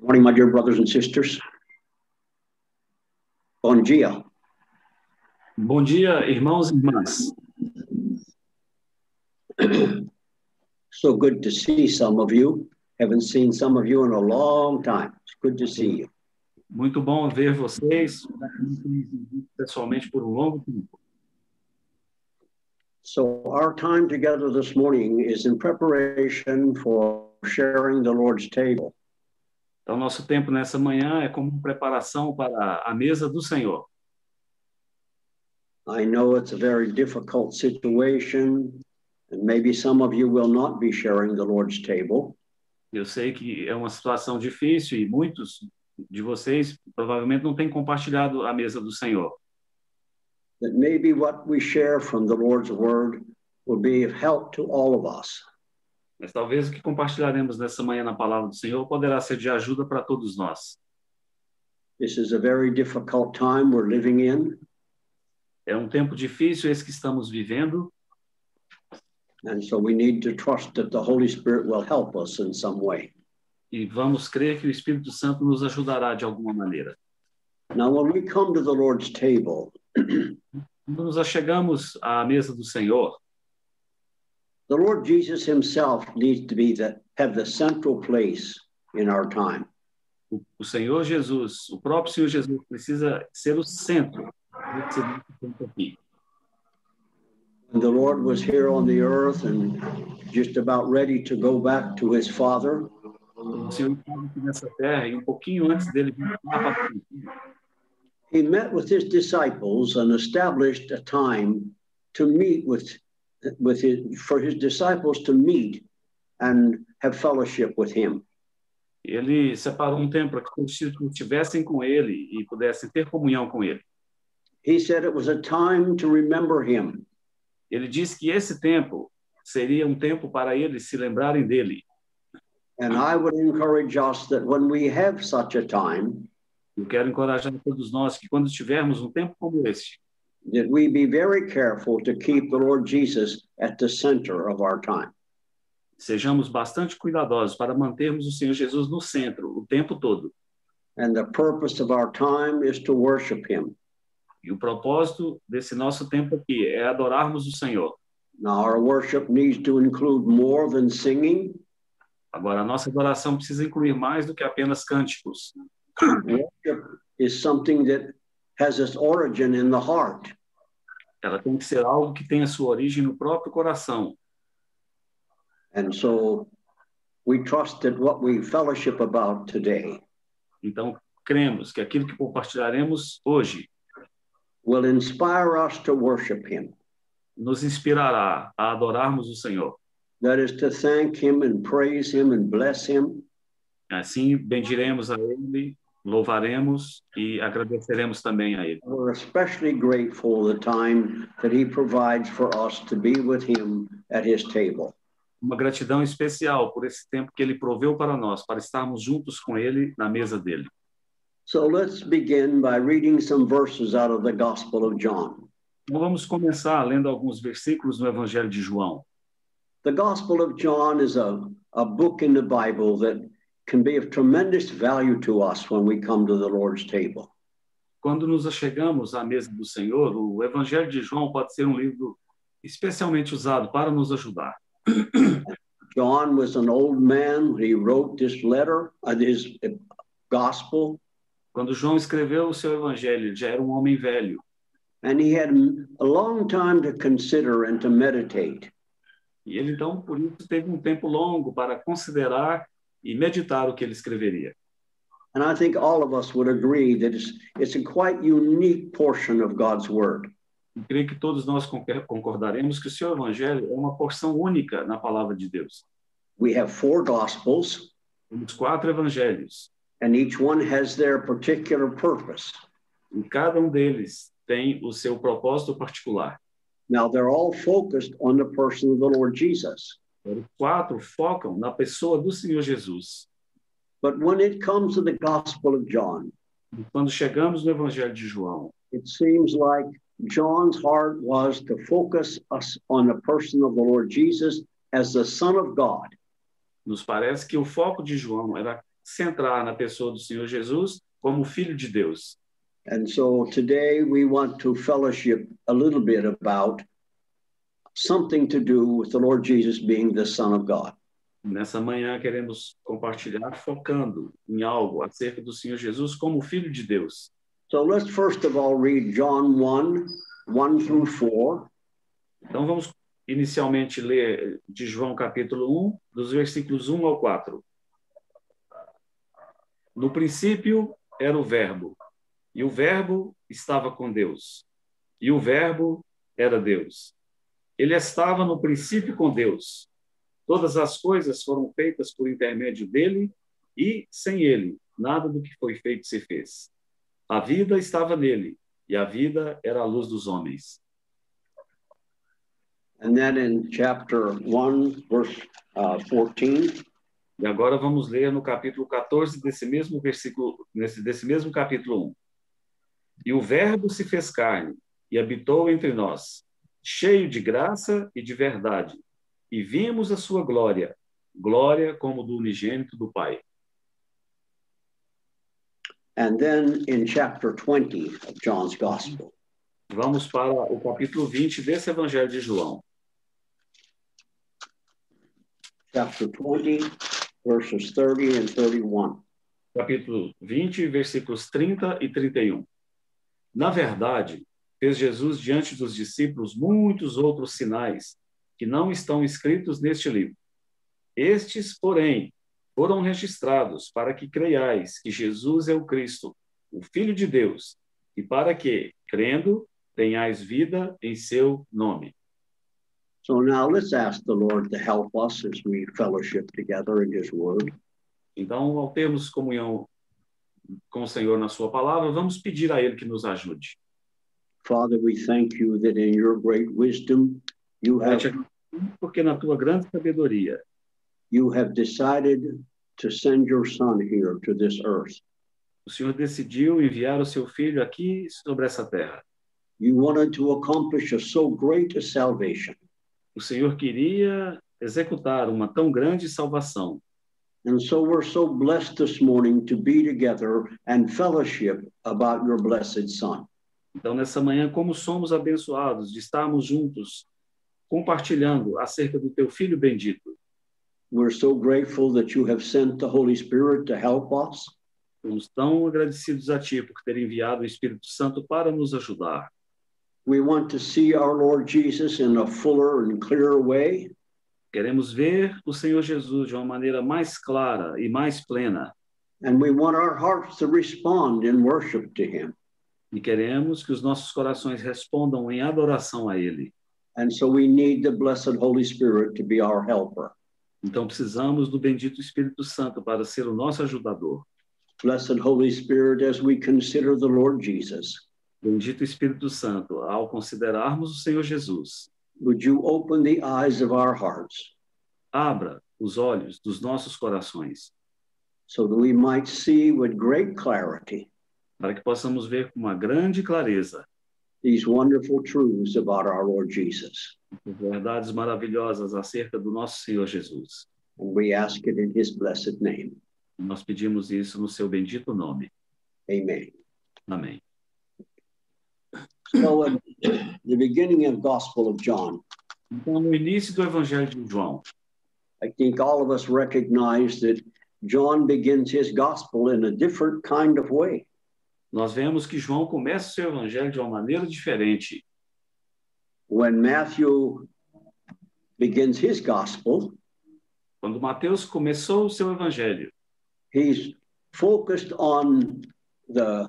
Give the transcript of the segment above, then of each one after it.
Morning, my dear brothers and sisters. Bom dia. Bom dia, irmãos e irmãs. So good to see some of you. Haven't seen some of you in a long time. It's good to see you. Muito bom ver vocês né, pessoalmente por um longo tempo. So, our time together this morning is in preparation for sharing the Lord's table. Então, nosso tempo nessa manhã é como preparação para a mesa do Senhor. I know it's a very difficult situation, and maybe some of you will not be sharing the Lord's table, Eu sei que é uma situação difícil e muitos de vocês provavelmente não têm compartilhado a mesa do Senhor. that maybe what we share from the Lord's word will be of help to all of us. Mas talvez o que compartilharemos nessa manhã na palavra do Senhor poderá ser de ajuda para todos nós. This is a very difficult time we're living in, É um tempo difícil esse que estamos vivendo, and so we need to trust that the Holy Spirit will help us in some way. e vamos crer que o Espírito Santo nos ajudará de alguma maneira. Now, when we come to the Lord's table, the Quando nos achegamos à mesa do Senhor, Lord Jesus himself needs to be the, have the central place in our time. o, o Senhor Jesus, o próprio Senhor Jesus precisa ser o centro. desse momento aqui. When the Lord was here on the earth and just about ready to go back to his Father, O Senhor estava aqui nessa terra e um pouquinho antes dele vir para cá, he met with his disciples and established a time to meet with, with his, for his disciples to meet and have fellowship with him. ele separou um tempo para que os discípulos estivessem com ele e pudessem ter comunhão com ele. He said it was a time to remember him. Ele disse que esse tempo seria um tempo para eles se lembrarem dele. And I would encourage us that when we have such a time, Eu quero encorajar todos nós que quando tivermos um tempo como esse, that we be very careful to keep the Lord Jesus at the center of our time. sejamos bastante cuidadosos para mantermos o Senhor Jesus no centro o tempo todo. And the purpose of our time is to worship him. E o propósito desse nosso tempo aqui é adorarmos o Senhor. Now, our worship needs to include more than singing. Agora, a nossa adoração precisa incluir mais do que apenas cânticos. Worship is something that has its origin in the heart. Ela tem que ser algo que tenha sua origem no próprio coração. And so we trust that what we fellowship about today Então, cremos que aquilo que compartilharemos hoje will inspire us to worship him. nos inspirará a adorarmos o Senhor. That is to thank him and praise him and bless him. Assim, bendiremos a Ele, louvaremos e agradeceremos também a Ele. We're especially grateful the time that he provides for us to be with him at his table. Uma gratidão especial por esse tempo que Ele proveu para nós, para estarmos juntos com Ele na mesa dele. So let's begin by reading some verses out of the Gospel of John. Então, vamos começar lendo alguns versículos no Evangelho de João. The Gospel of John is a, a book in the Bible that can be of tremendous value to us when we come to the Lord's table. Quando nos achegamos à mesa do Senhor, o Evangelho de João pode ser um livro especialmente usado para nos ajudar. John was an old man when he wrote this letter, uh, his uh, gospel, Quando João escreveu o seu Evangelho, ele já era um homem velho and he had a long time to consider and to meditate. E ele, então, por isso, teve um tempo longo para considerar e meditar o que ele escreveria. And I think all of us would agree that it's, it's a quite unique portion of God's word. Eu creio que todos nós conque- concordaremos que o seu evangelho é uma porção única na palavra de Deus. We have four gospels, Temos quatro evangelhos and each one has their particular purpose. e cada um deles tem o seu propósito particular. Now, they're all focused on the person of the Lord Jesus. Os quatro focam na pessoa do Senhor Jesus. But when it comes to the Gospel of John, E quando chegamos no evangelho de João, it seems like John's heart was to focus us on the person of the Lord Jesus as the Son of God. nos parece que o foco de João era centrar na pessoa do Senhor Jesus como filho de Deus. And so today we want to fellowship a little bit about something to do with the Lord Jesus being the Son of God. Nessa manhã queremos compartilhar focando em algo acerca do Senhor Jesus como filho de Deus. So let's first of all read John 1 1 through 4. Então vamos inicialmente ler de João capítulo 1, dos versículos 1 ao 4. No princípio era o Verbo, e o Verbo estava com Deus, e o Verbo era Deus. Ele estava no princípio com Deus. Todas as coisas foram feitas por intermédio dele, e sem ele, nada do que foi feito se fez. A vida estava nele, e a vida era a luz dos homens. And then in chapter 1, verse uh, 14. E agora vamos ler no capítulo 14 desse mesmo versículo, nesse, desse mesmo capítulo 1. E o Verbo se fez carne e habitou entre nós, cheio de graça e de verdade, e vimos a sua glória, glória como do unigênito do Pai. And then in chapter 20 of John's Gospel, Vamos para o capítulo 20 desse Evangelho de João, chapter 20, verses 30 and 31. capítulo 20, versículos 30 e 31. Na verdade, fez Jesus diante dos discípulos muitos outros sinais que não estão escritos neste livro. Estes, porém, foram registrados para que creiais que Jesus é o Cristo, o Filho de Deus, e para que, crendo, tenhais vida em seu nome. So now let's ask the Lord to help us as we fellowship together in His Word. Então, ao termos comunhão com o Senhor na sua palavra, vamos pedir a ele que nos ajude. Father, we thank you that in your great wisdom, you Pai, have te agradecemos Porque na tua grande sabedoria, you have decided to send your Son here to this earth. o Senhor decidiu enviar o seu filho aqui sobre essa terra. You wanted to accomplish a so great a salvation, O Senhor queria executar uma tão grande salvação. and so we're so blessed this morning to be together and fellowship about your blessed Son. Então, nessa manhã, como somos abençoados de estarmos juntos, compartilhando acerca do teu filho bendito. We're so grateful that you have sent the Holy Spirit to help us. Somos tão agradecidos a ti por ter enviado o Espírito Santo para nos ajudar. We want to see our Lord Jesus in a fuller and clearer way. Queremos ver o Senhor Jesus de uma maneira mais clara e mais plena, And we want our hearts to respond in worship to him. e queremos que os nossos corações respondam em adoração a Ele. And so we need the blessed Holy Spirit to be our helper. Então precisamos do bendito Espírito Santo para ser o nosso ajudador. Blessed Holy Spirit, as we consider the Lord Jesus, Bendito Espírito Santo, ao considerarmos o Senhor Jesus, would you open the eyes of our hearts abra os olhos dos nossos corações, so that we might see with great clarity para que possamos ver com uma grande clareza these wonderful truths about our Lord Jesus? as verdades maravilhosas acerca do nosso Senhor Jesus. And we ask it in his blessed name. Nós pedimos isso no seu bendito nome. Amen. Amém. So, at the beginning of Gospel of John, Então, no início do Evangelho de João, I think all of us recognize that John begins his gospel in a different kind of way. nós vemos que João começa o seu Evangelho de uma maneira diferente. When Matthew begins his gospel, Quando Mateus começou o seu Evangelho, he's focused on the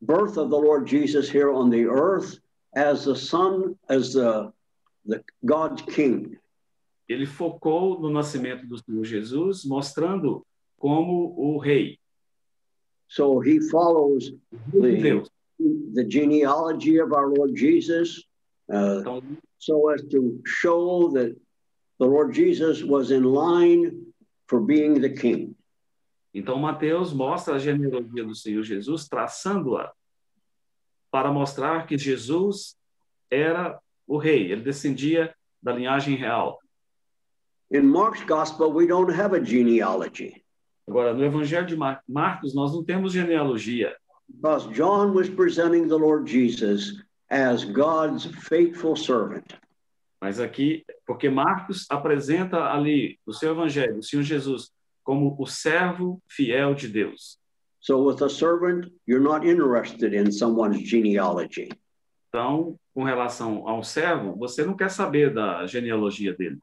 birth of the Lord Jesus here on the earth as the son, as the, the God's king. ele focou no nascimento do Senhor Jesus, mostrando como o rei, So he follows o rei de Deus. the genealogy of our Lord Jesus. Uh, Então, so as to show that the Lord Jesus was in line for being the king. então Mateus mostra a genealogia do Senhor Jesus, traçando-a para mostrar que Jesus era o rei, ele descendia da linhagem real. In Mark's gospel, we don't have a genealogy. Agora, no Evangelho de Mar- Marcos, nós não temos genealogia. because John was presenting the Lord Jesus as God's faithful servant. Mas aqui, porque Marcos apresenta ali no seu evangelho o Senhor Jesus como o servo fiel de Deus. So, with a servant, you're not interested in someone's genealogy. Então, com relação a um servo, você não quer saber da genealogia dele,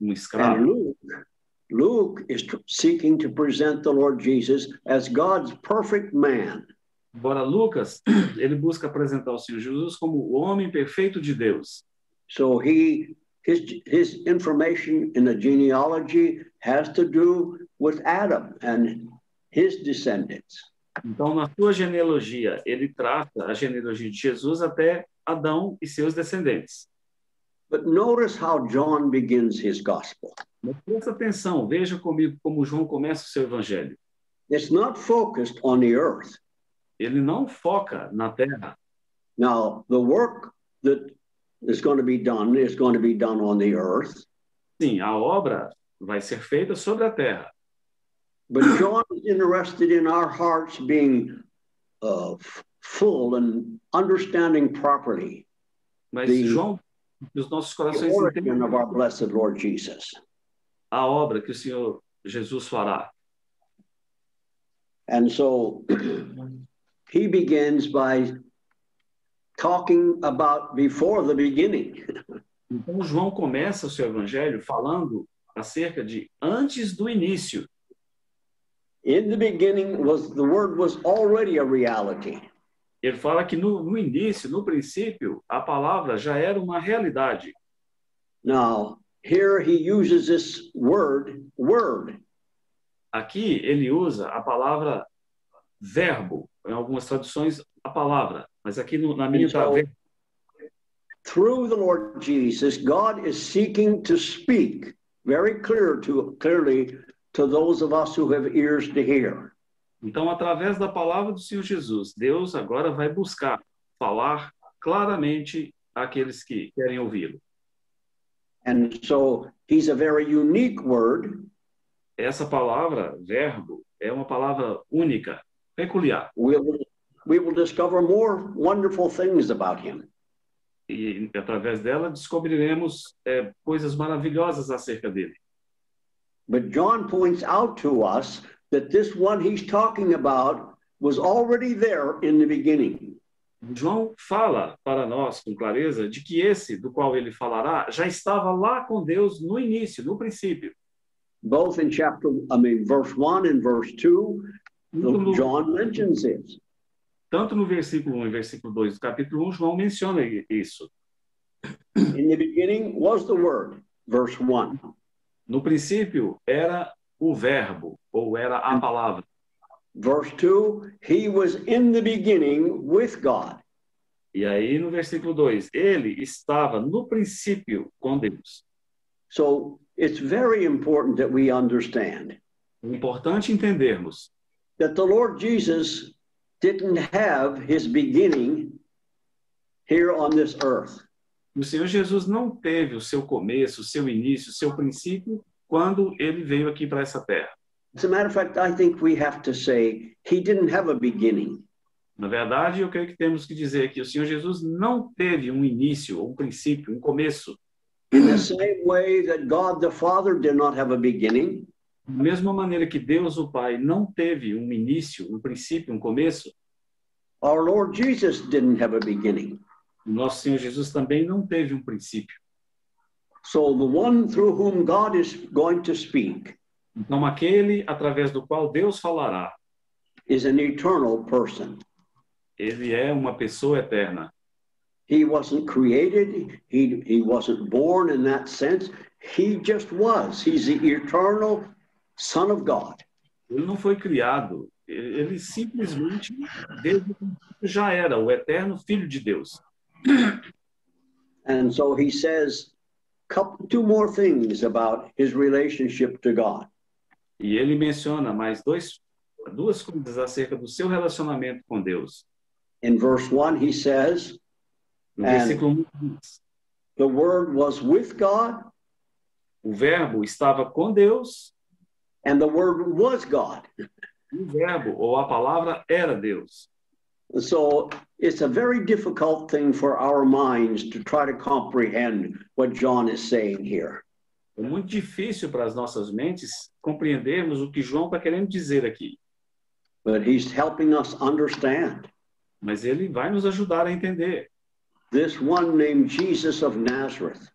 um And escravo. Luke, Luke is tr- seeking to present the Lord Jesus as God's perfect man. Embora Lucas, ele busca apresentar o Senhor Jesus como o homem perfeito de Deus. So he his his information in the genealogy has to do with Adam and his descendants. Então, na sua genealogia, ele trata a genealogia de Jesus até Adão e seus descendentes. But notice how John begins his gospel. Mas presta atenção, veja comigo como João começa o seu evangelho. It's not focused on the earth. ele não foca na terra. Now, the work that is going to be done is going to be done on the earth. Sim, a obra vai ser feita sobre a terra, But John is interested in our hearts being uh, f- full and understanding properly mas Sim. João, que os nossos the corações origin of entendam our blessed Lord Jesus. a obra que o Senhor Jesus fará. And so he begins by talking about before the beginning. Então João começa o seu evangelho falando acerca de antes do início. In the beginning was the word was already a reality. Ele fala que no, no início, no princípio, a palavra já era uma realidade. Now, here he uses this word, word. Aqui ele usa a palavra verbo, em algumas traduções a palavra, mas aqui no- na minha está Então, Through the Lord Jesus, God is seeking to speak very clear to clearly to those of us who have ears to hear. Então, através da palavra do Senhor Jesus, Deus agora vai buscar falar claramente àqueles que querem ouvi-lo. And so he's a very unique word. Essa palavra, verbo, é uma palavra única, peculiar. We will, we will discover more wonderful things about him. E através dela descobriremos é, coisas maravilhosas acerca dele. But John points out to us that this one he's talking about was already there in the beginning. João fala para nós com clareza de que esse do qual ele falará já estava lá com Deus no início, no princípio. Both in chapter, I mean, verse 1 and verse 2, Então, Tanto no- John mentions this. tanto no versículo 1 e versículo 2 do capítulo 1, João menciona isso. In the beginning was the Word, verse 1. No princípio era o verbo ou era a palavra. Verse 2, He was in the beginning with God. E aí no versículo 2, ele estava no princípio com Deus. So it's very important that we understand É importante entendermos that the Lord Jesus didn't have his beginning here on this earth. que o Senhor Jesus não teve o seu começo, o seu início, o seu princípio quando ele veio aqui para essa terra. As a matter of fact, I think we have to say he didn't have a beginning. Na verdade, eu creio que temos que dizer que o Senhor Jesus não teve um início, ou um princípio, um começo. In the same way that God the Father did not have a beginning, Da mesma maneira que Deus, o Pai, não teve um início, um princípio, um começo, our Lord Jesus didn't have a beginning. o nosso Senhor Jesus também não teve um princípio. So the one through whom God is going to speak Então, aquele através do qual Deus falará, is an eternal person. ele é uma pessoa eterna. He wasn't created, he, he wasn't born in that sense. He just was. He's the eternal Son of God. Ele não foi criado, ele ele simplesmente, desde o princípio, já era o eterno Filho de Deus. And so he says couple, two more things about his relationship to God. E ele menciona mais dois, duas coisas acerca do seu relacionamento com Deus. In verse 1, he says, No É. versículo 1, diz, The Word was with God, o Verbo estava com Deus and the Word was God. O verbo ou a palavra era Deus. So it's a very difficult thing for our minds to try to comprehend what John is saying here. É muito difícil para as nossas mentes compreendermos o que João está querendo dizer aqui, But he's helping us understand. mas ele vai nos ajudar a entender. This one named Jesus of Nazareth,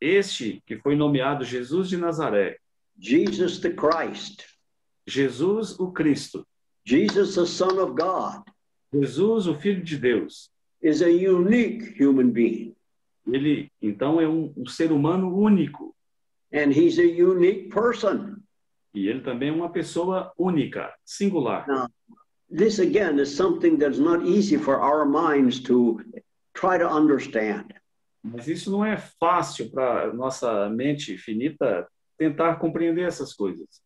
Este que foi nomeado Jesus de Nazaré, Jesus the Christ, Jesus o Cristo, Jesus the Son of God, Jesus o Filho de Deus, is a unique human being. ele então é um, um ser humano único And he's a unique person. e ele também é uma pessoa única, singular. This, again, is something that's not easy for our minds to try to understand. Mas isso não é fácil para nossa mente finita tentar compreender essas coisas.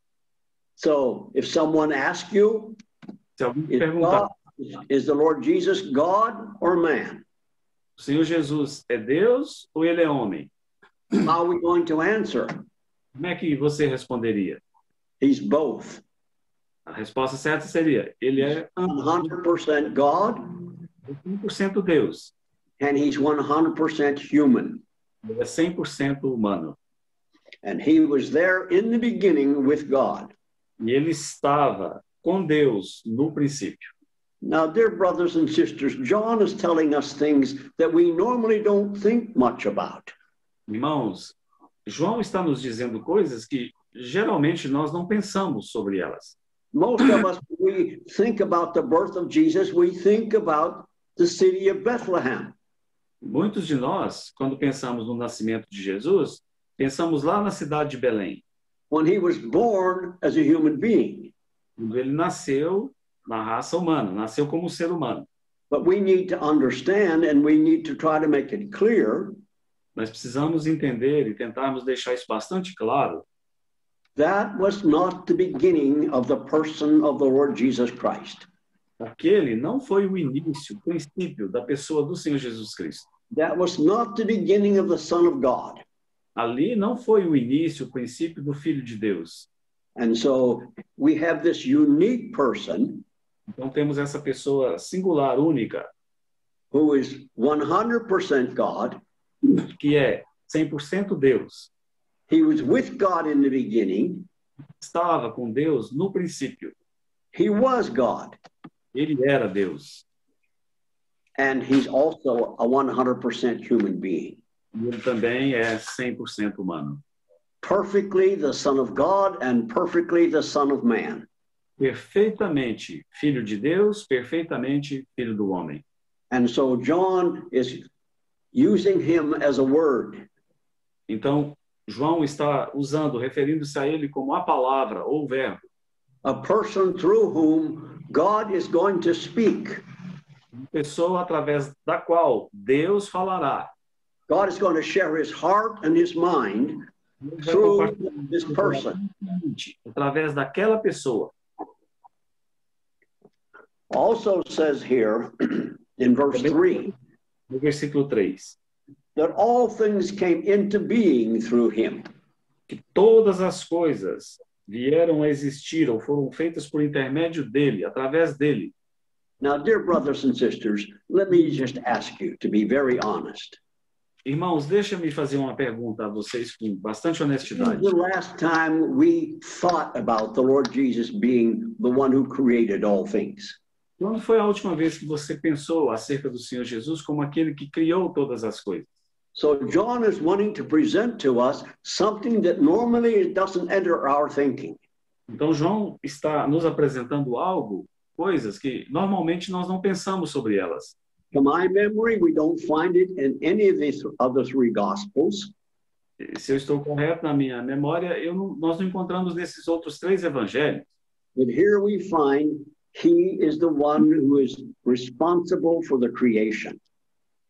So if someone asks you, Se alguém te is, perguntar, God, is the Lord Jesus God or man? o Senhor Jesus é Deus ou ele é homem? How are we going to answer? Como é que você responderia? He's both. A resposta certa seria: ele é Uhum. 100% God 100% Deus, and he's 100% human. ele é 100% humano. And he was there in the beginning with God. E ele estava com Deus no princípio. Now, dear brothers and sisters, John is telling us things that we normally don't think much about. Irmãos, João está nos dizendo coisas que geralmente nós não pensamos sobre elas. Most of us, when we think about the birth of Jesus, we think about the city of Bethlehem. Muitos de nós, quando pensamos no nascimento de Jesus, pensamos lá na cidade de Belém, when he was born as a human being. quando ele nasceu na raça humana, nasceu como um ser humano. But we need to understand and we need to try to make it clear Nós precisamos entender e tentarmos deixar isso bastante claro that was not the beginning of the person of the Lord Jesus Christ. Aquele não foi o início, o princípio da pessoa do Senhor Jesus Cristo. That was not the beginning of the Son of God. Ali não foi o início, o princípio do Filho de Deus. And so we have this unique person Então temos essa pessoa singular, única, who is 100% God. que é 100% Deus. He was with God in the beginning. Estava com Deus no princípio. He was God. Ele era Deus. And he's also a 100% human being. E ele também é 100% humano. perfectly the Son of God and perfectly the Son of Man. Perfeitamente filho de Deus, perfeitamente filho do homem. And so John is using him as a word. Então, João está usando, referindo-se a ele como a palavra ou o verbo. A person through whom God is going to speak. pessoa através da qual Deus falará. God is going to share his heart and his mind Deus vai through compartilhar this person. mente Através daquela pessoa. Also says here in verse 3 No versículo 3. that all things came into being through him. Que todas as coisas vieram a existir ou foram feitas por intermédio dele, através dele. Now, dear brothers and sisters, let me just ask you to be very honest. Irmãos, deixa-me fazer uma pergunta a vocês com bastante When honestidade. was the last time we thought about the Lord Jesus being the one who created all things? Quando foi a última vez que você pensou acerca do Senhor Jesus como aquele que criou todas as coisas? So John is wanting to present to us something that normally it doesn't enter our thinking. Então, João está nos apresentando algo, coisas que normalmente nós não pensamos sobre elas. To my memory, we don't find it in any of these other three gospels. se eu estou correto na minha memória, eu não- nós não encontramos nesses outros três evangelhos. But here we find he is the one who is responsible for the creation.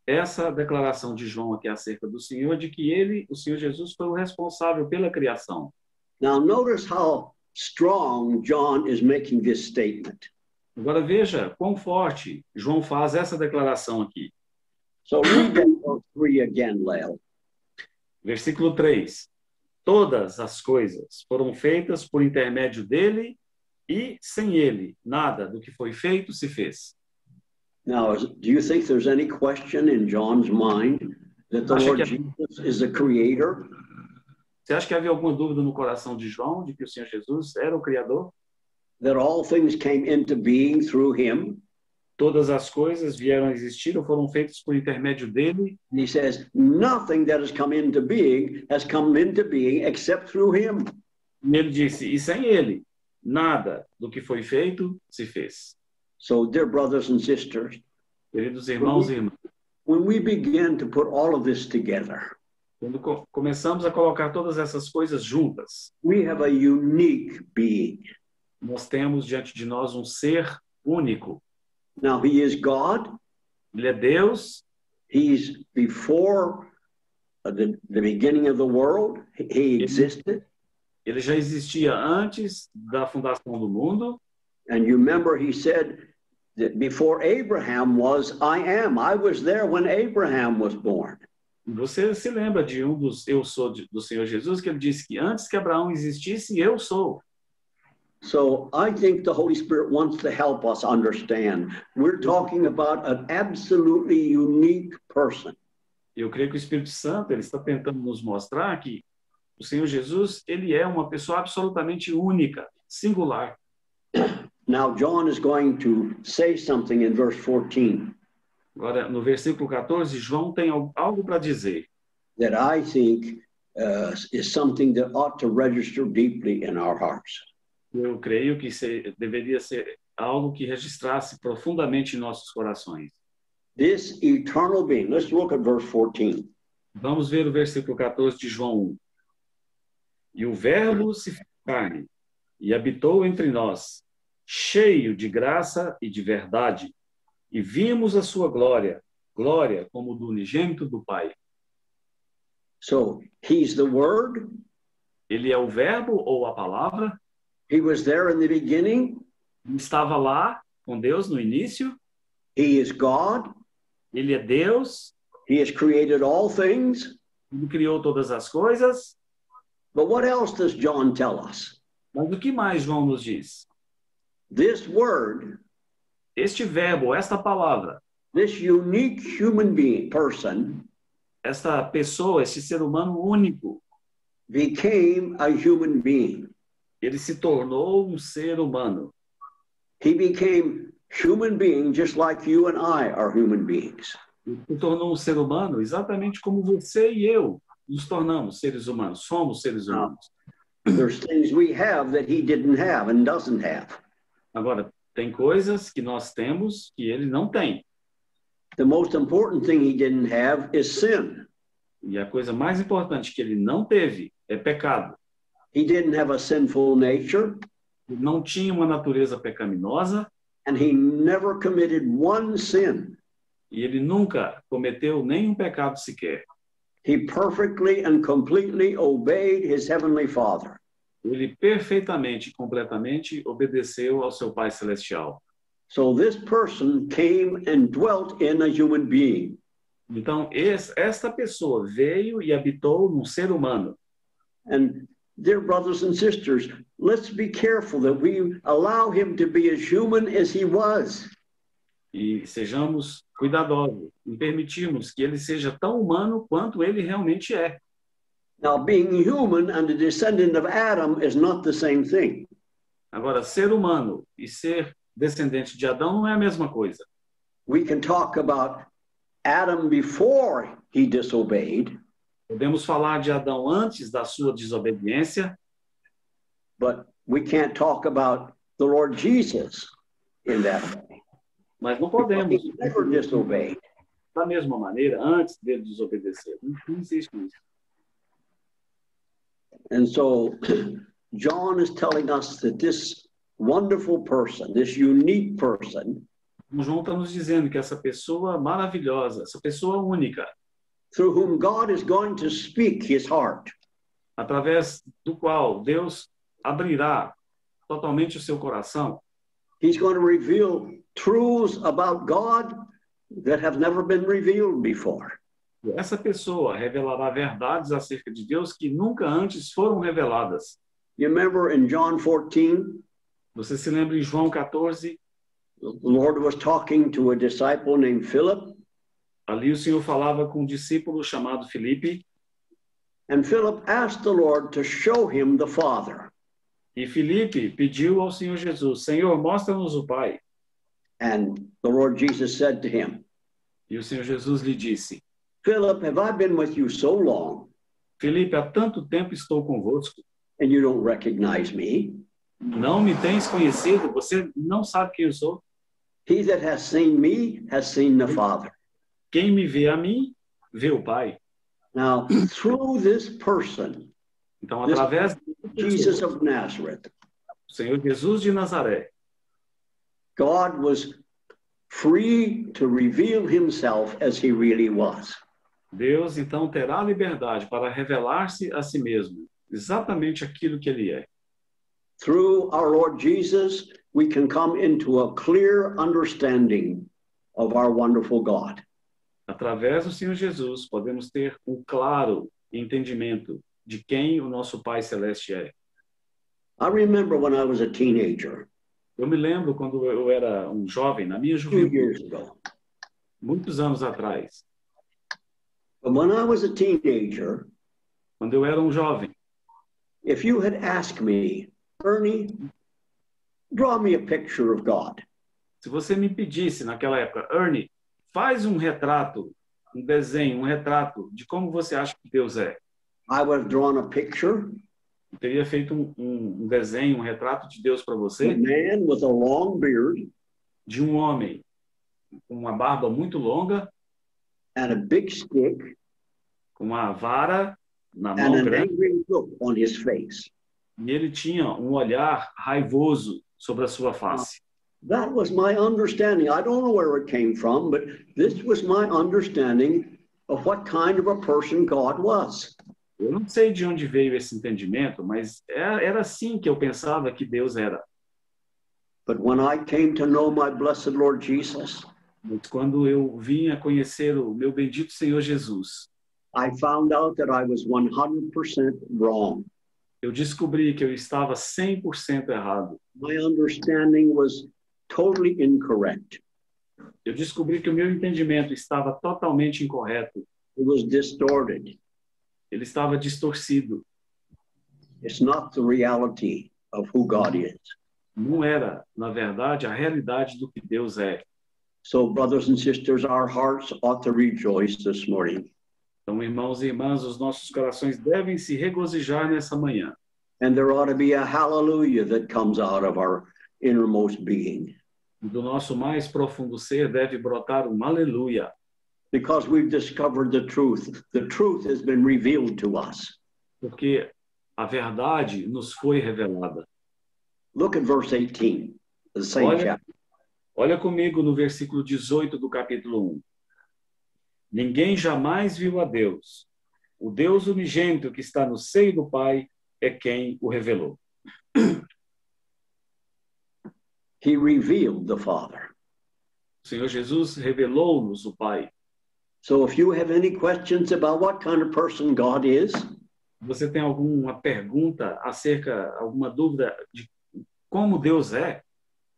Essa declaração de João aqui acerca do Senhor, é de que ele, o Senhor Jesus, foi o responsável pela criação. Now notice how strong John is making this statement. Agora veja quão forte João faz essa declaração aqui. So read that verse three again, Lael. Versículo 3. Todas as coisas foram feitas por intermédio dele e sem ele, nada do que foi feito se fez. Now, is- do you think there's any question in John's mind that the I should Lord get- Jesus is the creator? Você acha que havia alguma dúvida no coração de João de que o Senhor Jesus era o Criador? That all things came into being through him? Todas as coisas vieram a existir ou foram feitas por intermédio dele, And he says, nothing that has come into being has come into being except through him. e ele disse, e sem ele, nada do que foi feito se fez. So, dear brothers and sisters, Queridos irmãos e irmãs, when we begin to put all of this together, quando co- começamos a colocar todas essas coisas juntas, we have a unique being. nós temos diante de nós um ser único. Now, he is God, Ele é Deus, he's before the, the beginning of the world, He- he existed. ele já existia antes da fundação do mundo. And you remember he said that before Abraham was, I am. I was there when Abraham was born. Você se lembra de um dos eu sou de- do Senhor Jesus que ele disse que antes que Abraão existisse, eu sou. So I think the Holy Spirit wants to help us understand. We're talking about an absolutely unique person. Eu creio que o Espírito Santo ele está tentando nos mostrar que o Senhor Jesus ele é uma pessoa absolutamente única, singular. Now, John is going to say something in verse 14 Agora, no versículo 14, João tem al- algo para dizer. that I think uh, is something that ought to register deeply in our hearts. Eu creio que se- deveria ser algo que registrasse profundamente em nossos corações. This eternal being, let's look at verse 14. Vamos ver o versículo 14 de João 1. E o Verbo se fez carne e habitou entre nós, cheio de graça e de verdade, e vimos a sua glória, glória como do unigênito do Pai. So he's the Word, Ele é o Verbo ou a palavra, he was there in the beginning. estava lá com Deus no início, He is God. ele é Deus, He has created all things. ele criou todas as coisas. But what else does John tell us? Mas o que mais João nos diz? This word, Este Verbo, esta palavra, this unique human being, person, esta pessoa, este ser humano único, became a human being. ele se tornou um ser humano. He became human being just like you and I are human beings. Ele se tornou um ser humano exatamente como você e eu nos tornamos seres humanos, somos seres humanos. There's things we have that he didn't have and doesn't have. Agora, tem coisas que nós temos que ele não tem. The most important thing he didn't have is sin. E a coisa mais importante que ele não teve é pecado. He didn't have a sinful nature, Ele não tinha uma natureza pecaminosa and he never committed one sin. e ele nunca cometeu nenhum pecado sequer. He perfectly and completely obeyed his heavenly Father. Ele perfeitamente, completamente obedeceu ao seu Pai Celestial. So this person came and dwelt in a human being. Então, es- esta pessoa veio e habitou num ser humano. And dear brothers and sisters, let's be careful that we allow him to be as human as he was. e sejamos cuidadosos e permitirmos que ele seja tão humano quanto ele realmente é. Now, being human and a descendant of Adam is not the same thing. Agora, ser humano e ser descendente de Adão não é a mesma coisa. We can talk about Adam before he disobeyed, Podemos falar de Adão antes da sua desobediência, but we can't talk about the Lord Jesus in that way. mas não podemos He never disobeyed. da mesma maneira antes dele desobedecer. Não não existe isso. And so John is telling us that this wonderful person, this unique person, O João está nos dizendo que essa pessoa maravilhosa, essa pessoa única, through whom God is going to speak his heart, através do qual Deus abrirá totalmente o seu coração, he's going to reveal truths about God that have never been revealed before. essa pessoa revelará verdades acerca de Deus que nunca antes foram reveladas. You remember in John 14, Você se lembra em João 14? the Lord was talking to a disciple named Philip, Ali o Senhor falava com um discípulo chamado Filipe, and Philip asked the Lord to show him the Father. e Filipe pediu ao Senhor Jesus: Senhor, mostra-nos o Pai. And the Lord Jesus said to him, E o Senhor Jesus lhe disse: Philip, have I been with you so long Filipe, há tanto tempo estou convosco. and you don't recognize me? Não me tens conhecido? Você não sabe quem eu sou? He that has seen me has seen the Father. Quem me vê a mim, vê o Pai. Now, through this person, Então, através do Jesus of Nazareth, Senhor Jesus de Nazaré, God was free to reveal himself as he really was. Deus então terá liberdade para revelar-se a si mesmo, exatamente aquilo que ele é. Through our Lord Jesus, we can come into a clear understanding of our wonderful God. Através do Senhor Jesus, podemos ter um claro entendimento de quem o nosso Pai Celeste é. I remember when I was a teenager, Eu me lembro quando eu era um jovem, na minha two juventude, years ago. muitos anos atrás, But when I was a teenager, quando eu era um jovem, if you had asked me, Ernie, draw me a picture of God, Se você me pedisse naquela época, Ernie, faz um retrato, um desenho, um retrato de como você acha que Deus é. I would have drawn a picture Eu teria feito um, um- um desenho, um retrato de Deus para of a você, man with a long beard de um homem com uma barba muito longa, and a big stick com uma vara na and mão an grande, angry look on his face. e ele tinha um olhar raivoso sobre a sua face. That was my understanding. I don't know where it came from, but this was my understanding of what kind of a person God was. Eu não sei de onde veio esse entendimento, mas era, era assim que eu pensava que Deus era. But when I came to know my blessed Lord Jesus, Mas quando eu vim a conhecer o meu bendito Senhor Jesus, I found out that I was 100% wrong. eu descobri que eu estava 100% errado. My understanding was totally incorrect. Eu descobri que o meu entendimento estava totalmente incorreto. It was distorted. Ele estava distorcido. It's not the reality of who God is. Não era, na verdade, a realidade do que Deus é. So, brothers and sisters, our hearts ought to rejoice this morning. Então, irmãos e irmãs, os nossos corações devem se regozijar nessa manhã. And there ought to be a hallelujah that comes out of our innermost being Do nosso mais profundo ser deve brotar um aleluia, because we've discovered the truth. The truth has been revealed to us. porque a verdade nos foi revelada. Look at verse 18, the same Olha- chapter. Olha comigo no versículo 18 do capítulo 1. Ninguém jamais viu a Deus. O Deus unigênito que está no seio do Pai é quem o revelou. He revealed the Father. O Senhor Jesus revelou-nos o Pai. So if you have any questions about what kind of person God is, Você tem alguma pergunta acerca, alguma dúvida de como Deus é?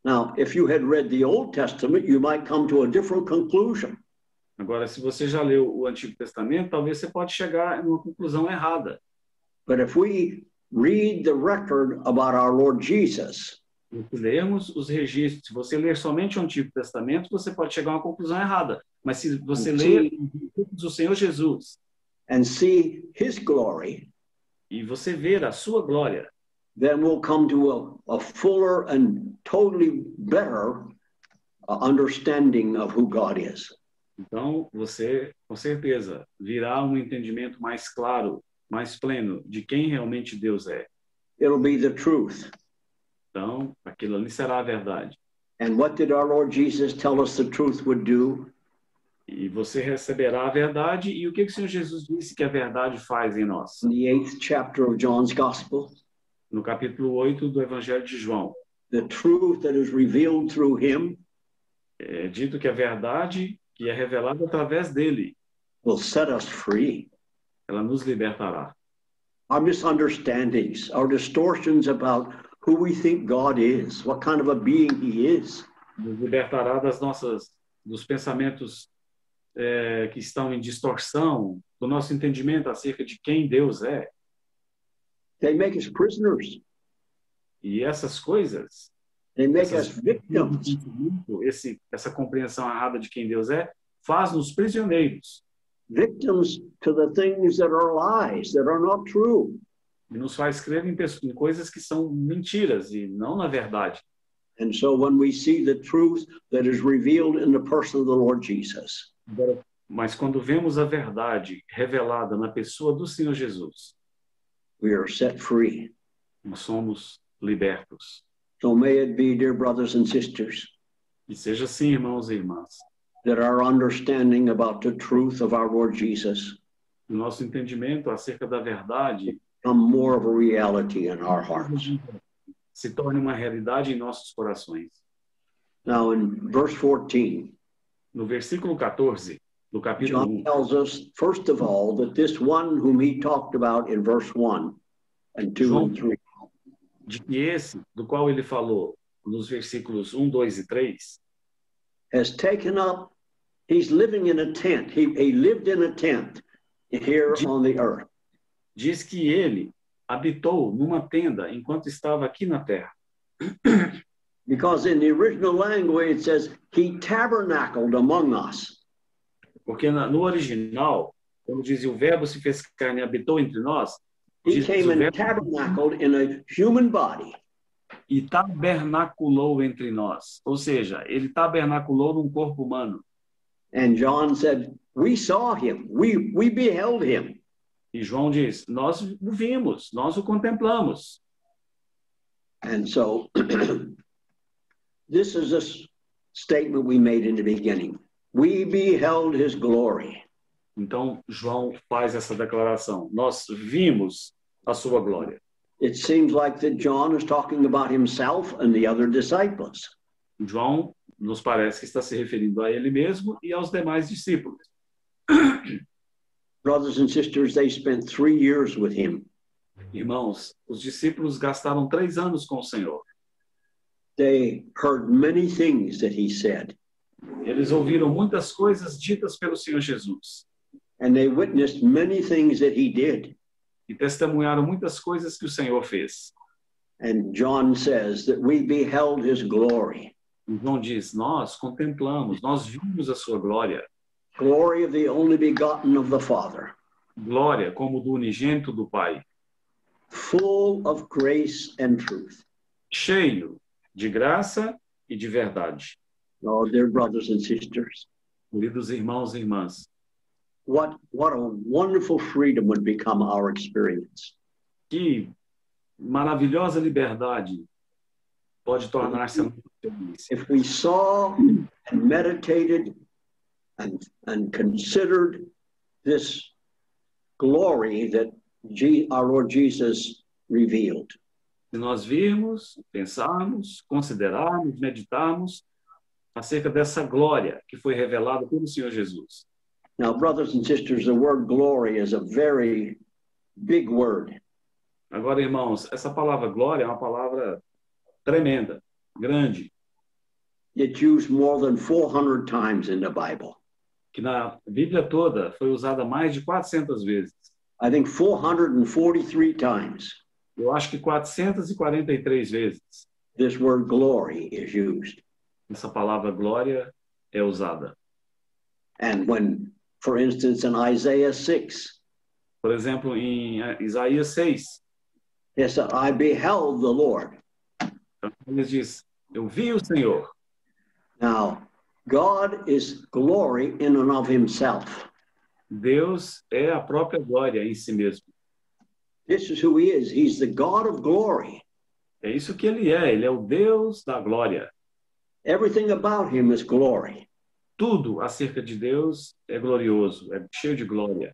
now, if you had read the Old Testament, you might come to a different conclusion. Agora, se você já leu o Antigo Testamento, talvez você pode chegar numa conclusão errada. But if we read the record about our Lord Jesus, Se lermos os registros, se você ler somente o Antigo Testamento, você pode chegar a uma conclusão errada. Mas se você ler see, do Senhor Jesus and see his glory, e você ver a sua glória, then we'll come to a, a fuller and totally better uh, understanding of who God is. então você, com certeza, virá um entendimento mais claro, mais pleno de quem realmente Deus é. It'll be the truth. Então, aquilo ali será a verdade. And what did our Lord Jesus tell us the truth would do? E você receberá a verdade. E o que, que o Senhor Jesus disse que a verdade faz em nós? In the eighth chapter of John's Gospel, No capítulo 8 do Evangelho de João, the truth that is revealed through him é dito que a verdade que é revelada através dele will set us free. Ela nos libertará. Our misunderstandings, our distortions about who we think God is, what kind of a being He is, Nos libertará das nossas, dos pensamentos eh, que estão em distorção, do nosso entendimento acerca de quem Deus é. they make us prisoners. E essas coisas, They make Essas- us victims. esse, essa compreensão errada de quem Deus é, faz-nos prisioneiros victims to the things that are lies, that are not true. e nos faz crer em, pes- em coisas que são mentiras e não na verdade. And so when we see the truth that is revealed in the person of the Lord Jesus, Mas quando vemos a verdade revelada na pessoa do Senhor Jesus, we are set free. nós somos libertos. So may it be, dear brothers and sisters, E seja assim, irmãos e irmãs, that our understanding about the truth of our Lord Jesus o nosso entendimento acerca da verdade become more of a reality in our hearts. se torne uma realidade em nossos corações. Now, in verse 14, No versículo 14 do capítulo John 1, tells us, first of all, that this one whom he talked about in verse 1 and 2 and 3 de que esse, do qual ele falou nos versículos 1, 2 e 3, has taken up, he's living in a tent. He, he lived in a tent here on the earth. diz que ele habitou numa tenda enquanto estava aqui na terra. Because in the original language, it says he tabernacled among us. Porque na- no original, quando dizia o verbo se fez carne e habitou entre nós, He diz came o and verbo tabernacled in a human body. e tabernaculou entre nós. Ou seja, ele tabernaculou num corpo humano. And John said, We saw him, we, we beheld him. E João diz: Nós o vimos, nós o contemplamos. And so this is a s- statement we made in the beginning. We beheld his glory. Então, João faz essa declaração: Nós vimos a sua glória. It seems like that John is talking about himself and the other disciples. João nos parece que está se referindo a ele mesmo e aos demais discípulos. brothers and sisters, they spent three years with him. Irmãos, os discípulos gastaram três anos com o Senhor. They heard many things that he said, Eles ouviram muitas coisas ditas pelo Senhor Jesus and they witnessed many things that he did. e testemunharam muitas coisas que o Senhor fez. And John says that we beheld his glory, E João diz: Nós contemplamos, nós vimos a sua glória. glory of the only begotten of the Father, glória como do unigênito do Pai, full of grace and truth. cheio de graça e de verdade. Oh, dear brothers and sisters, Queridos irmãos e irmãs, what, what a wonderful freedom would become our experience que maravilhosa liberdade pode tornar-se a nossa experiência. if we saw and meditated and, and considered this glory that Je- our Lord Jesus revealed. Se nós virmos, pensarmos, considerarmos, meditarmos acerca dessa glória que foi revelada pelo Senhor Jesus. Now, brothers and sisters, the word glory is a very big word. Agora, irmãos, essa palavra glória é uma palavra tremenda, grande, It's used more than 400 times in the Bible. que na Bíblia toda foi usada mais de 400 vezes. I think 443 times Eu acho que 443 vezes this word glory is used. essa palavra glória é usada. And when, for instance, in Isaiah 6, Por exemplo, em eh, Isaías 6, it said, I beheld the Lord. ele então, diz: Eu vi o Senhor. Now, God is glory in and of himself. Deus é a própria glória em si mesmo. This is who he is. He's the God of glory. É isso que ele é, ele é o Deus da glória. Everything about him is glory. Tudo acerca de Deus é glorioso, é cheio de glória.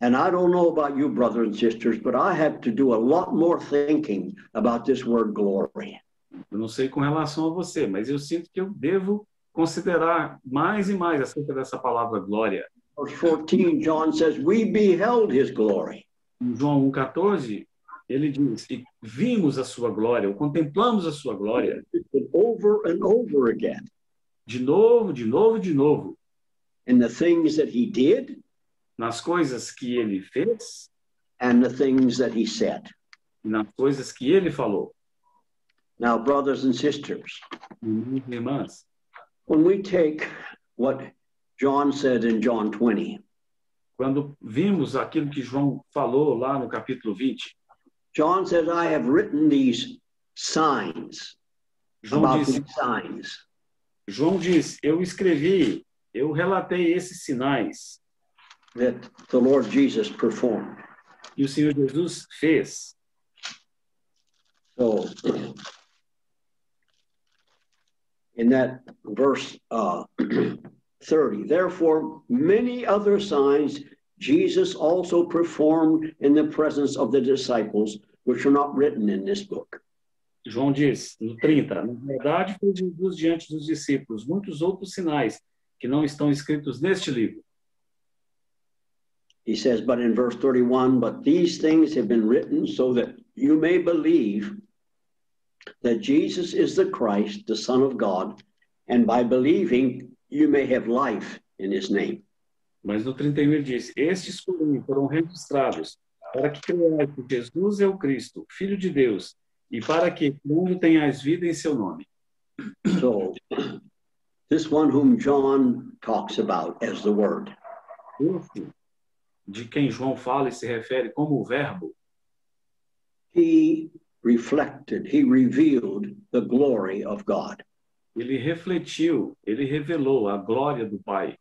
And I don't know about you, brothers and sisters, but I have to do a lot more thinking about this word glory. Eu não sei com relação a você, mas eu sinto que eu devo considerar mais e mais acerca dessa palavra glória. Verse 14, John says, We beheld his glory. Em João 1,14, ele diz que vimos a sua glória, ou contemplamos a sua glória, But over and over again. de novo, de novo, de novo, In the things that he did nas coisas que ele fez and the things that he said. e nas coisas que ele falou. Now, brothers and sisters, Irmãos e Irmãs, when we take what John said in John 20, quando vimos aquilo que João falou lá no capítulo 20, John says, I have written these signs João about disse, these signs. João diz, eu escrevi, eu relatei esses sinais that the Lord Jesus performed. que o Senhor Jesus fez. So, in that verse uh, 30, therefore, many other signs Jesus also performed in the presence of the disciples, which are not written in this book. João diz, no 30, na verdade fez Jesus diante dos discípulos muitos outros sinais que não estão escritos neste livro. He says, but in verse 31, but these things have been written so that you may believe that Jesus is the Christ, the Son of God, and by believing, you may have life in his name. Mas no 31 ele diz, estes porém foram registrados para que creiais que Jesus é o Cristo, Filho de Deus, e para que quando tenhas vida em seu nome. So, this one whom John talks about as the Word, Esse, de quem João fala e se refere como o verbo, he reflected, he revealed the glory of God. ele refletiu, ele revelou a glória do Pai.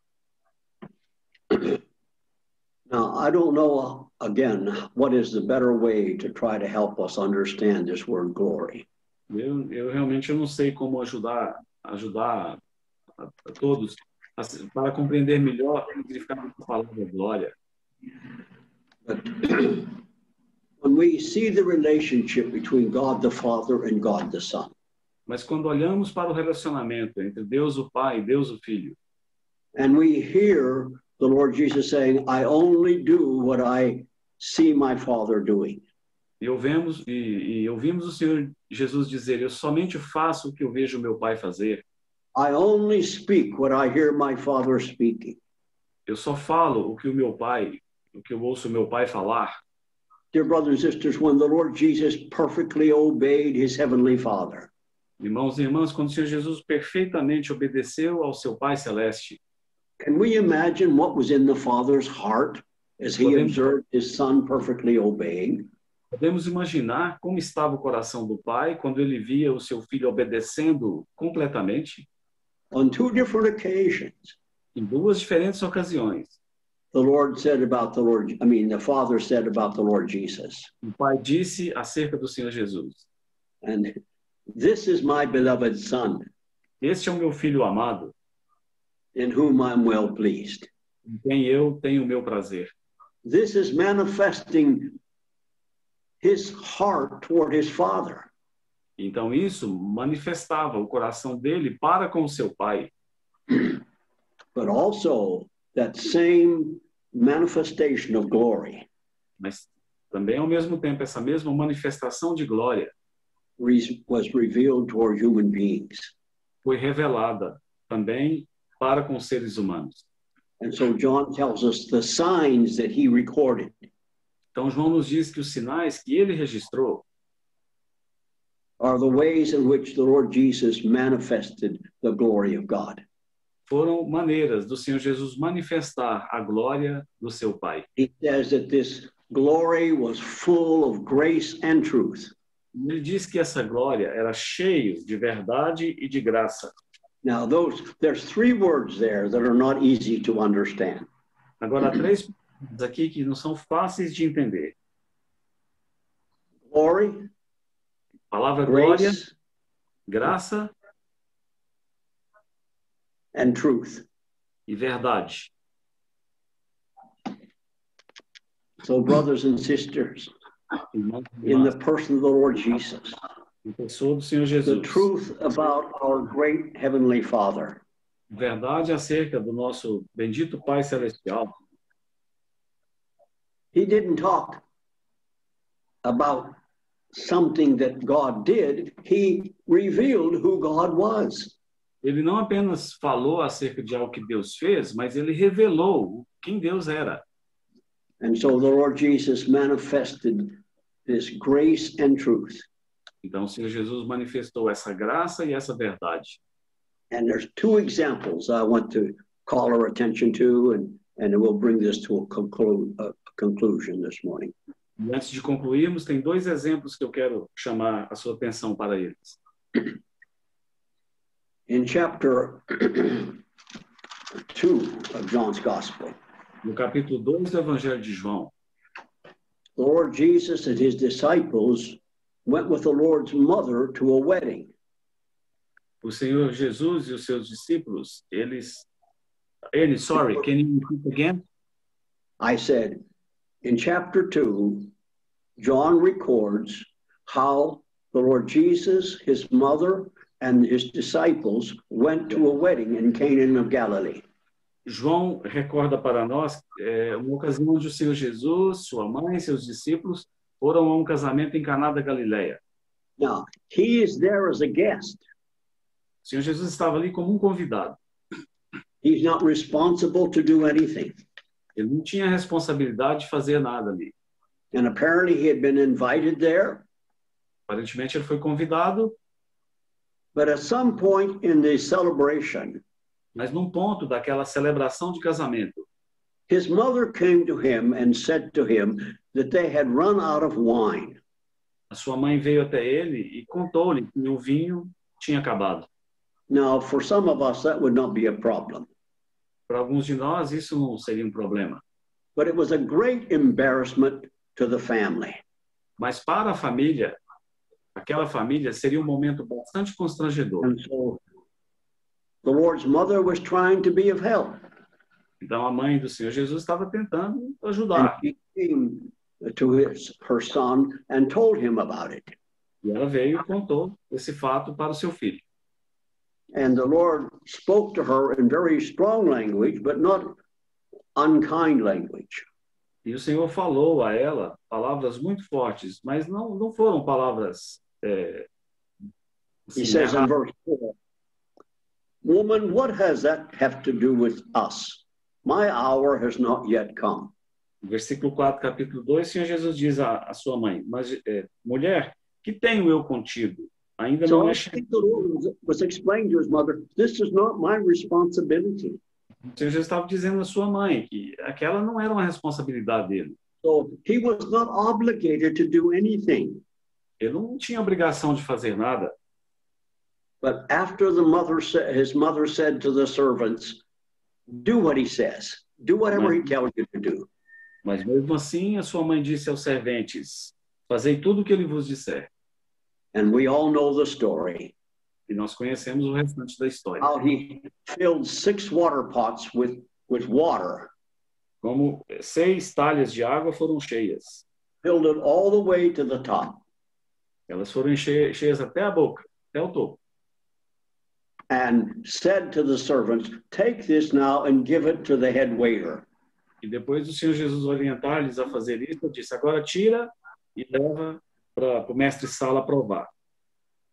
Now, I don't know, again, what is the better way to try to help us understand this word glory. Eu, eu realmente eu não sei como ajudar ajudar a, a todos a se- para compreender melhor o significado da palavra glória. But when we see the relationship between God the Father and God the Son, Mas quando olhamos para o relacionamento entre Deus o Pai e Deus o Filho, and we hear the Lord Jesus saying, I only do what I see my Father doing, e ouvemos e, e ouvimos o Senhor Jesus dizer: Eu somente faço o que eu vejo meu Pai fazer. I only speak what I hear my Father speaking. Eu só falo o que o meu Pai, o que eu ouço meu Pai falar. Dear brothers and sisters, when the Lord Jesus perfectly obeyed his Heavenly Father, Irmãos e irmãs, quando o Senhor Jesus perfeitamente obedeceu ao seu Pai celeste, can we imagine what was in the Father's heart as he Well, then- observed his Son perfectly obeying? Podemos imaginar como estava o coração do pai quando ele via o seu filho obedecendo completamente On two different occasions, em duas diferentes ocasiões. the Lord said about the Lord, I mean, the Father said about the Lord Jesus, O pai disse acerca do Senhor Jesus: and this is my beloved Son Este é o meu filho amado, in whom I'm well pleased. em quem eu tenho o meu prazer. This is manifesting his heart toward his Father. Então isso manifestava o coração dele para com o seu pai, but also that same manifestation of glory mas também ao mesmo tempo essa mesma manifestação de glória re- was revealed toward human beings. foi revelada também para com os seres humanos. And so John tells us the signs that he recorded Então João nos diz que os sinais que ele registrou are the ways in which the Lord Jesus manifested the glory of God. foram maneiras do Senhor Jesus manifestar a glória do seu Pai. He says that this glory was full of grace and truth. Ele diz que essa glória era cheia de verdade e de graça. Now those there's three words there that are not easy to understand. Agora, há três palavras aqui que não são fáceis de entender. Glory, A palavra glória, grace, graça and truth. e verdade. So brothers and sisters, Irmãos e in irmãs, the person of the Lord Jesus. em pessoa é do Senhor The Jesus. truth about our great Heavenly Father verdade acerca do nosso bendito Pai Celestial. He didn't talk about something that God did, he revealed who God was. Ele não apenas falou acerca de algo que Deus fez, mas ele revelou quem Deus era. And so the Lord Jesus manifested this grace and truth. Então, o Senhor Jesus manifestou essa graça e essa verdade. And there's two examples I want to call our attention to, and, and we'll bring this to a, conclu- a conclusion this morning. E antes de concluirmos, tem dois exemplos que eu quero chamar a sua atenção para eles. In chapter 2 of John's Gospel, No capítulo 2 do Evangelho de João, the Lord Jesus and his disciples went with the Lord's mother to a wedding. o Senhor Jesus e os seus discípulos, eles. Ele, sorry, can you repeat again? I said, in chapter 2, John records how the Lord Jesus, his mother, and his disciples went to a wedding in Canaan of Galilee. João recorda para nós é, uma ocasião onde o Senhor Jesus, sua mãe e seus discípulos foram a um casamento em Caná da Galileia. Now, he is there as a guest. O Senhor Jesus estava ali como um convidado. He's not responsible to do anything. Ele não tinha responsabilidade de fazer nada ali. And apparently, he had been invited there. Aparentemente, ele foi convidado, But at some point in the celebration, mas num ponto daquela celebração de casamento, his mother came to him and said to him that they had run out of wine. a sua mãe veio até ele e contou-lhe que o vinho tinha acabado. Now, for some of us, that would not be a problem. Para alguns de nós, isso não seria um problema. but it was a great embarrassment to the family. Mas para a família, aquela família seria um momento bastante constrangedor. And so the Lord's mother was trying to be of help. Então a mãe do Senhor Jesus estava tentando And ajudar. she came to his, her son and told him about it. E ela veio e contou esse fato para o seu filho. And the Lord spoke to her in very strong language, but not unkind language. E o Senhor falou a ela palavras muito fortes, mas não, não foram palavras. É, He assim, says in erradas. verse 4 Woman, what has that have to do with us? My hour has not yet come. No versículo 4, capítulo 2, o Senhor Jesus diz à, à sua mãe: Mas, é, mulher, que tenho eu contigo? Ainda So não I é chegado. think the Lord was, was explaining to his mother, this is not my responsibility. O Senhor Jesus estava dizendo à sua mãe que aquela não era uma responsabilidade dele. So he was not obligated to do anything. Ele não tinha obrigação de fazer nada. But after the mother said, his mother said to the servants, do what he says, do whatever he tells you to do. Mas mesmo assim, a sua mãe disse aos serventes: Fazei tudo o que ele vos disser. And we all know the story E nós conhecemos o restante da história. how he filled six water pots with, with water, Como seis talhas de água foram cheias. filled it all the way to the top. Elas foram enche- cheias até a boca, até o topo. And said to the servants, Take this now and give it to the head waiter. E depois do Senhor Jesus orientar-lhes a fazer isso, ele disse: Agora tira e leva para o mestre Sala provar.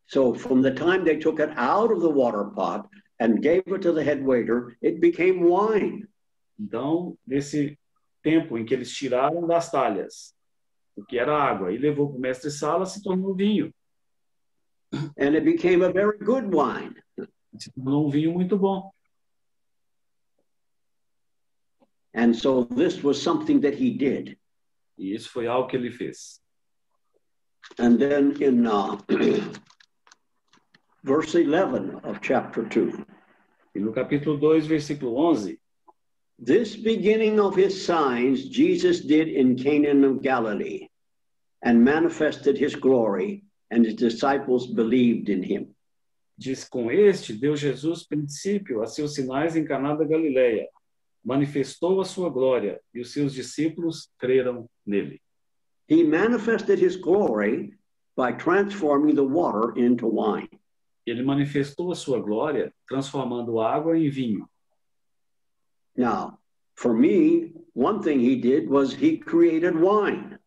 So from the time they took it out of the water pot and gave it to the head waiter, it became wine. Então, nesse tempo em que eles tiraram das talhas o que era água e levou para o mestre Sala, se tornou um vinho. And it became a very good wine. Se tornou um vinho muito bom. And so this was something that he did. E isso foi algo que ele fez. And then in uh, verse 11 of chapter 2, E no capítulo 2, versículo 11, this beginning of his signs Jesus did in Canaan of Galilee and manifested his glory, and his disciples believed in him. diz: Com este deu Jesus princípio a seus sinais em Caná da Galileia. Manifestou a sua glória e os seus discípulos creram nele. He manifested his glory by transforming the water into wine. ele manifestou a sua glória transformando água em vinho. Now, for me, one thing he did was he created wine.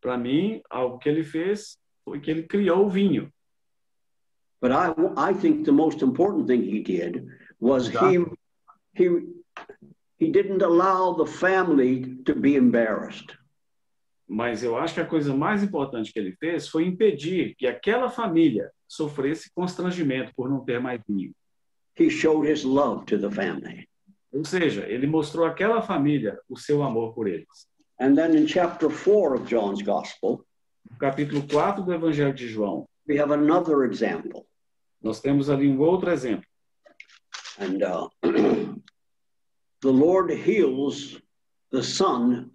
Para mim, algo que ele fez foi que ele criou o vinho. But I, I think the most important thing he did was he, he, he didn't allow the family to be embarrassed. Mas eu acho que a coisa mais importante que ele fez foi impedir que aquela família sofresse constrangimento por não ter mais vinho. He showed his love to the family. Ou seja, ele mostrou àquela família o seu amor por eles. And then in chapter 4 of John's Gospel, No capítulo 4 do Evangelho de João, we have another example. nós temos ali um outro exemplo. And uh, the Lord heals the son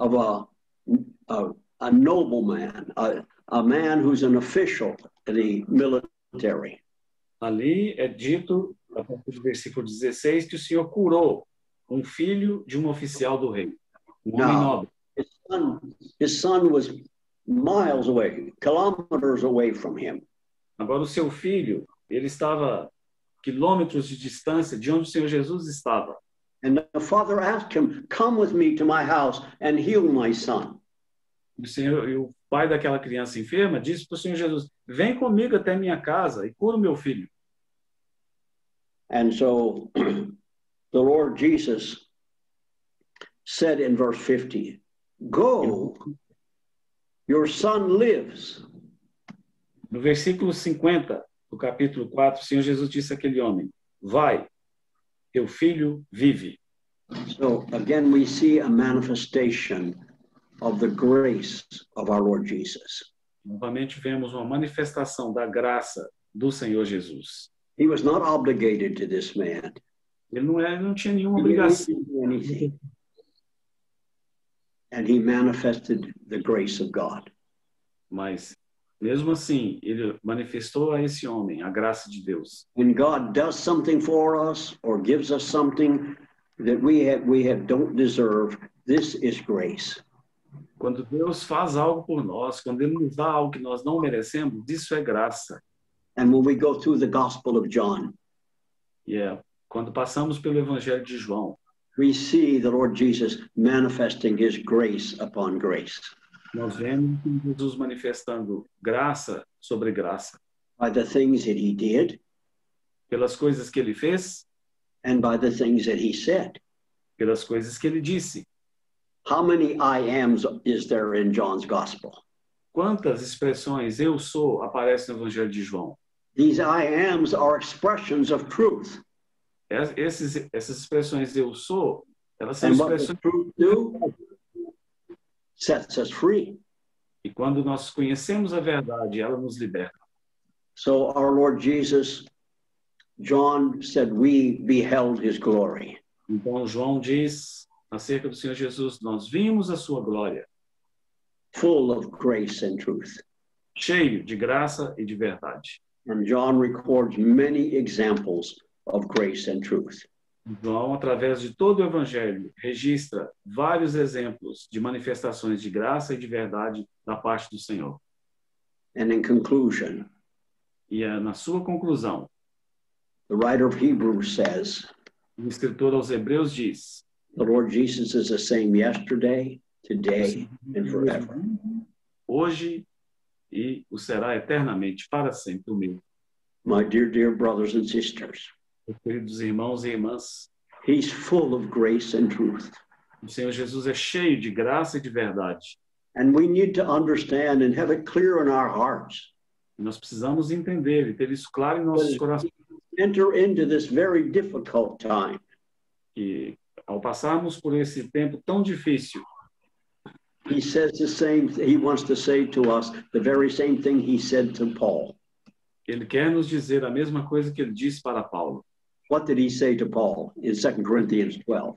of a, a, a nobleman, a, a man who's an official in the military. Ali é dito, a partir do versículo 16, que o Senhor curou um filho de um oficial do rei, um homem Não. nobre. His son, his son was miles away, kilometers away from him. Agora, o seu filho, ele estava quilômetros de distância de onde o Senhor Jesus estava. And the father asked him, Come with me to my house and heal my son. E o, senhor, e o pai daquela criança enferma disse para o Senhor Jesus: Vem comigo até minha casa e cura o meu filho. And so the Lord Jesus said in verse 50, Go, your son lives. No versículo 50 do capítulo 4, o Senhor Jesus disse àquele homem: Vai, teu filho vive. So again, we see a manifestation of the grace of our Lord Jesus. Novamente vemos uma manifestação da graça do Senhor Jesus. He was not obligated to this man. Ele não, é, ele não tinha nenhuma He didn't obrigação, do anything. And he manifested the grace of God. mas mesmo assim, ele manifestou a esse homem a graça de Deus. when God does something for us or gives us something that we have, we have don't deserve, this is grace. Quando Deus faz algo por nós, quando Ele nos dá algo que nós não merecemos, isso é graça. And when we go through the Gospel of John, E é quando passamos pelo Evangelho de João, we see the Lord Jesus manifesting his grace upon grace nós vemos Jesus manifestando graça sobre graça. by the things that he did pelas coisas que ele fez, and by the things that he said. pelas coisas que ele disse. How many I ams is there in John's Gospel? Quantas expressões eu sou aparecem no Evangelho de João? These I ams are expressions of truth. Es- Esses, essas expressões eu sou, elas são And what does expressões. truth do? Sets us free. E quando nós conhecemos a verdade, ela nos liberta. So our Lord Jesus, John said, we beheld his glory. Então, João diz acerca do Senhor Jesus: Nós vimos a sua glória, Full of grace and truth. cheio de graça e de verdade. And John records many examples of grace and truth. João, através de todo o Evangelho, registra vários exemplos de manifestações de graça e de verdade da parte do Senhor. And in conclusion, E é na sua conclusão, the writer of Hebrews says, O escritor aos Hebreus diz: the Lord Jesus is the same yesterday, today, and forever. Hoje e o será eternamente, para sempre o meu. My dear, dear brothers and sisters, Meus Queridos irmãos e irmãs, he's full of grace and truth. o Senhor Jesus é cheio de graça e de verdade. And we need to understand and have it clear in our hearts. E nós precisamos entender e ter isso claro em nossos Sim. corações. Enter into this very difficult time. Que ao passarmos por esse tempo tão difícil, He says the same, he wants to say to us the very same thing he said to Paul. ele quer nos dizer a mesma coisa que ele disse para Paulo. What did he say to Paul in 2 Corinthians 12?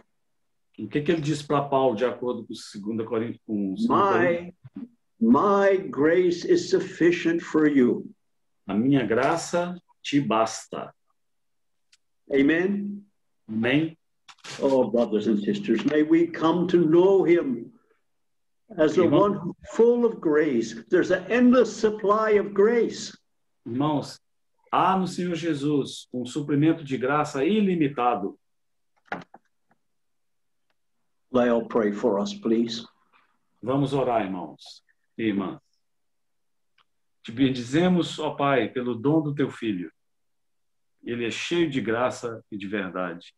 O que, que ele disse para Paulo, de acordo com 2 Coríntios? Com 2 Coríntios? My, my grace is sufficient for you. A minha graça te basta. Amen. Amém? Oh, brothers and sisters, may we come to know him as the Amen. one who's full of grace. There's an endless supply of grace. Irmãos, Há no Senhor Jesus um suprimento de graça ilimitado. Lyle, pray for us, please. Vamos orar, irmãos e irmãs. Te bendizemos, ó Pai, pelo dom do teu filho. Ele é cheio de graça e de verdade.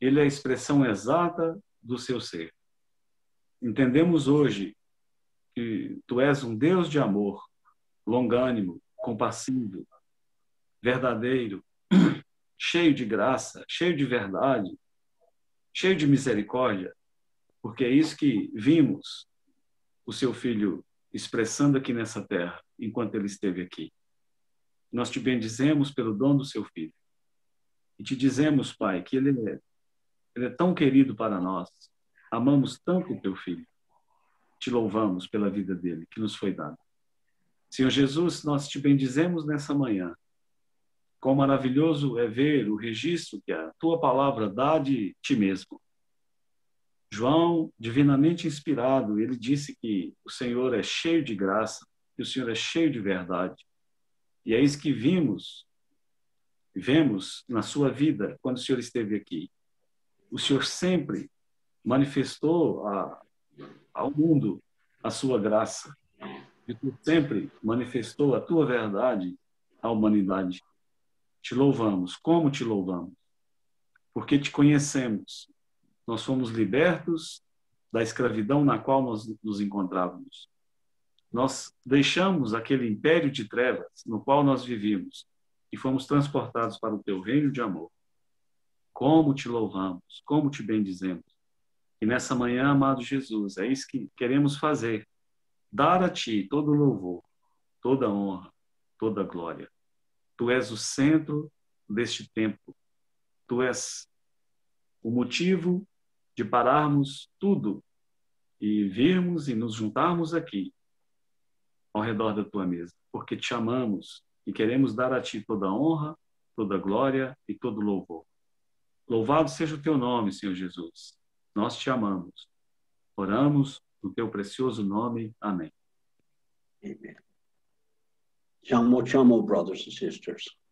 Ele é a expressão exata do seu ser. Entendemos hoje que tu és um Deus de amor, longânimo, compassivo, verdadeiro, cheio de graça, cheio de verdade, cheio de misericórdia, porque é isso que vimos o seu filho expressando aqui nessa terra, enquanto ele esteve aqui. Nós te bendizemos pelo dom do seu filho. E te dizemos, Pai, que ele é, ele é tão querido para nós. Amamos tanto o teu filho. Te louvamos pela vida dele, que nos foi dada. Senhor Jesus, nós te bendizemos nessa manhã. Quão maravilhoso é ver o registro que a tua palavra dá de ti mesmo. João, divinamente inspirado, ele disse que o Senhor é cheio de graça, que o Senhor é cheio de verdade. E é isso que vimos, vemos na sua vida quando o Senhor esteve aqui. O Senhor sempre manifestou a, ao mundo a sua graça. E tu sempre manifestou a tua verdade à humanidade. Te louvamos. Como te louvamos? Porque te conhecemos. Nós fomos libertos da escravidão na qual nós nos encontrávamos. Nós deixamos aquele império de trevas no qual nós vivíamos e fomos transportados para o teu reino de amor. Como te louvamos, como te bendizemos. E nessa manhã, amado Jesus, é isso que queremos fazer dar a ti todo louvor, toda honra, toda glória. Tu és o centro deste tempo. Tu és o motivo de pararmos tudo e virmos e nos juntarmos aqui ao redor da tua mesa, porque te amamos e queremos dar a ti toda honra, toda glória e todo louvor. Louvado seja o teu nome, Senhor Jesus. Nós te amamos. Oramos no teu precioso nome. Amém. Amen. Chamo, chamo, brothers and sisters.